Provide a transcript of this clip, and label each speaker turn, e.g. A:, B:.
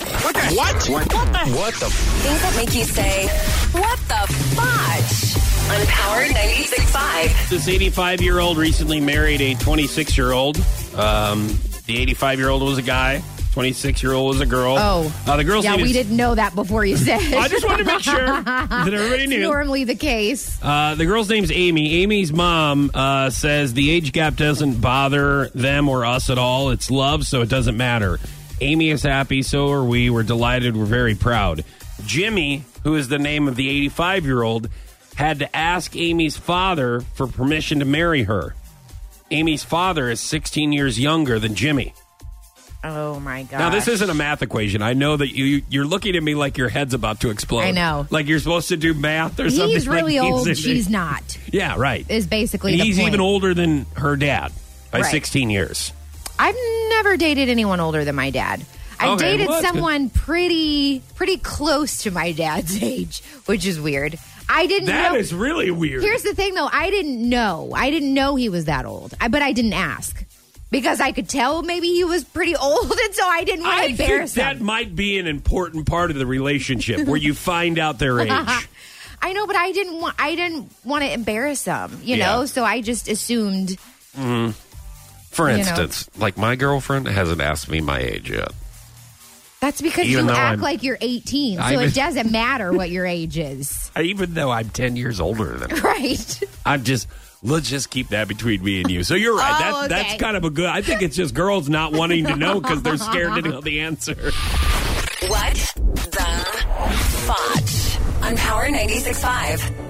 A: What? What? What the? What the? F-
B: Things that make you say, what the fudge? On Power 96.5.
A: this 85 year old recently married a 26 year old. Um, the 85 year old was a guy. 26 year old was a girl.
C: Oh.
A: uh, the girl's
C: Yeah,
A: name
C: we
A: is-
C: didn't know that before you said.
A: I just wanted to make sure that everybody
C: It's
A: knew.
C: normally the case.
A: Uh, the girl's name's Amy. Amy's mom uh, says the age gap doesn't bother them or us at all. It's love, so it doesn't matter. Amy is happy, so are we. We're delighted. We're very proud. Jimmy, who is the name of the 85 year old, had to ask Amy's father for permission to marry her. Amy's father is 16 years younger than Jimmy.
C: Oh my god.
A: Now, this isn't a math equation. I know that you, you're looking at me like your head's about to explode.
C: I know.
A: Like you're supposed to do math or something.
C: He's really
A: like
C: old.
A: he's-
C: She's not.
A: yeah, right.
C: Is basically
A: And
C: the
A: he's
C: point.
A: even older than her dad by
C: Right.
A: 16 years.
C: I've never dated anyone older than my dad. I
A: Okay,
C: dated
A: well, that's good.
C: someone pretty pretty close to my dad's age, which is weird. I didn't
A: That
C: know.
A: is really weird.
C: Here's the thing though, I didn't know. I didn't know he was that old. I but I didn't ask. Because I could tell maybe he was pretty old and so I didn't want to
A: I think
C: embarrass him.
A: that might be an important part of the relationship where you find out their age.
C: I know, but I didn't want I didn't want to embarrass them, you
A: Yeah.
C: know. So I just assumed.
D: For
C: You know.
D: instance, like my girlfriend hasn't asked me my age yet.
C: That's because
D: Even
C: you
D: though
C: act
D: I'm-
C: like you're 18, so
D: I
C: it
D: was-
C: doesn't matter what your age is,
D: Even though I'm 10 years older than her.
C: right?
D: I'm just, let's just keep that between me and you. So you're right.
C: Oh,
D: That-
C: okay.
A: That's kind of a good. I think it's just girls not wanting to know because they're scared to know the answer.
B: What the fudge? On Power 96.5.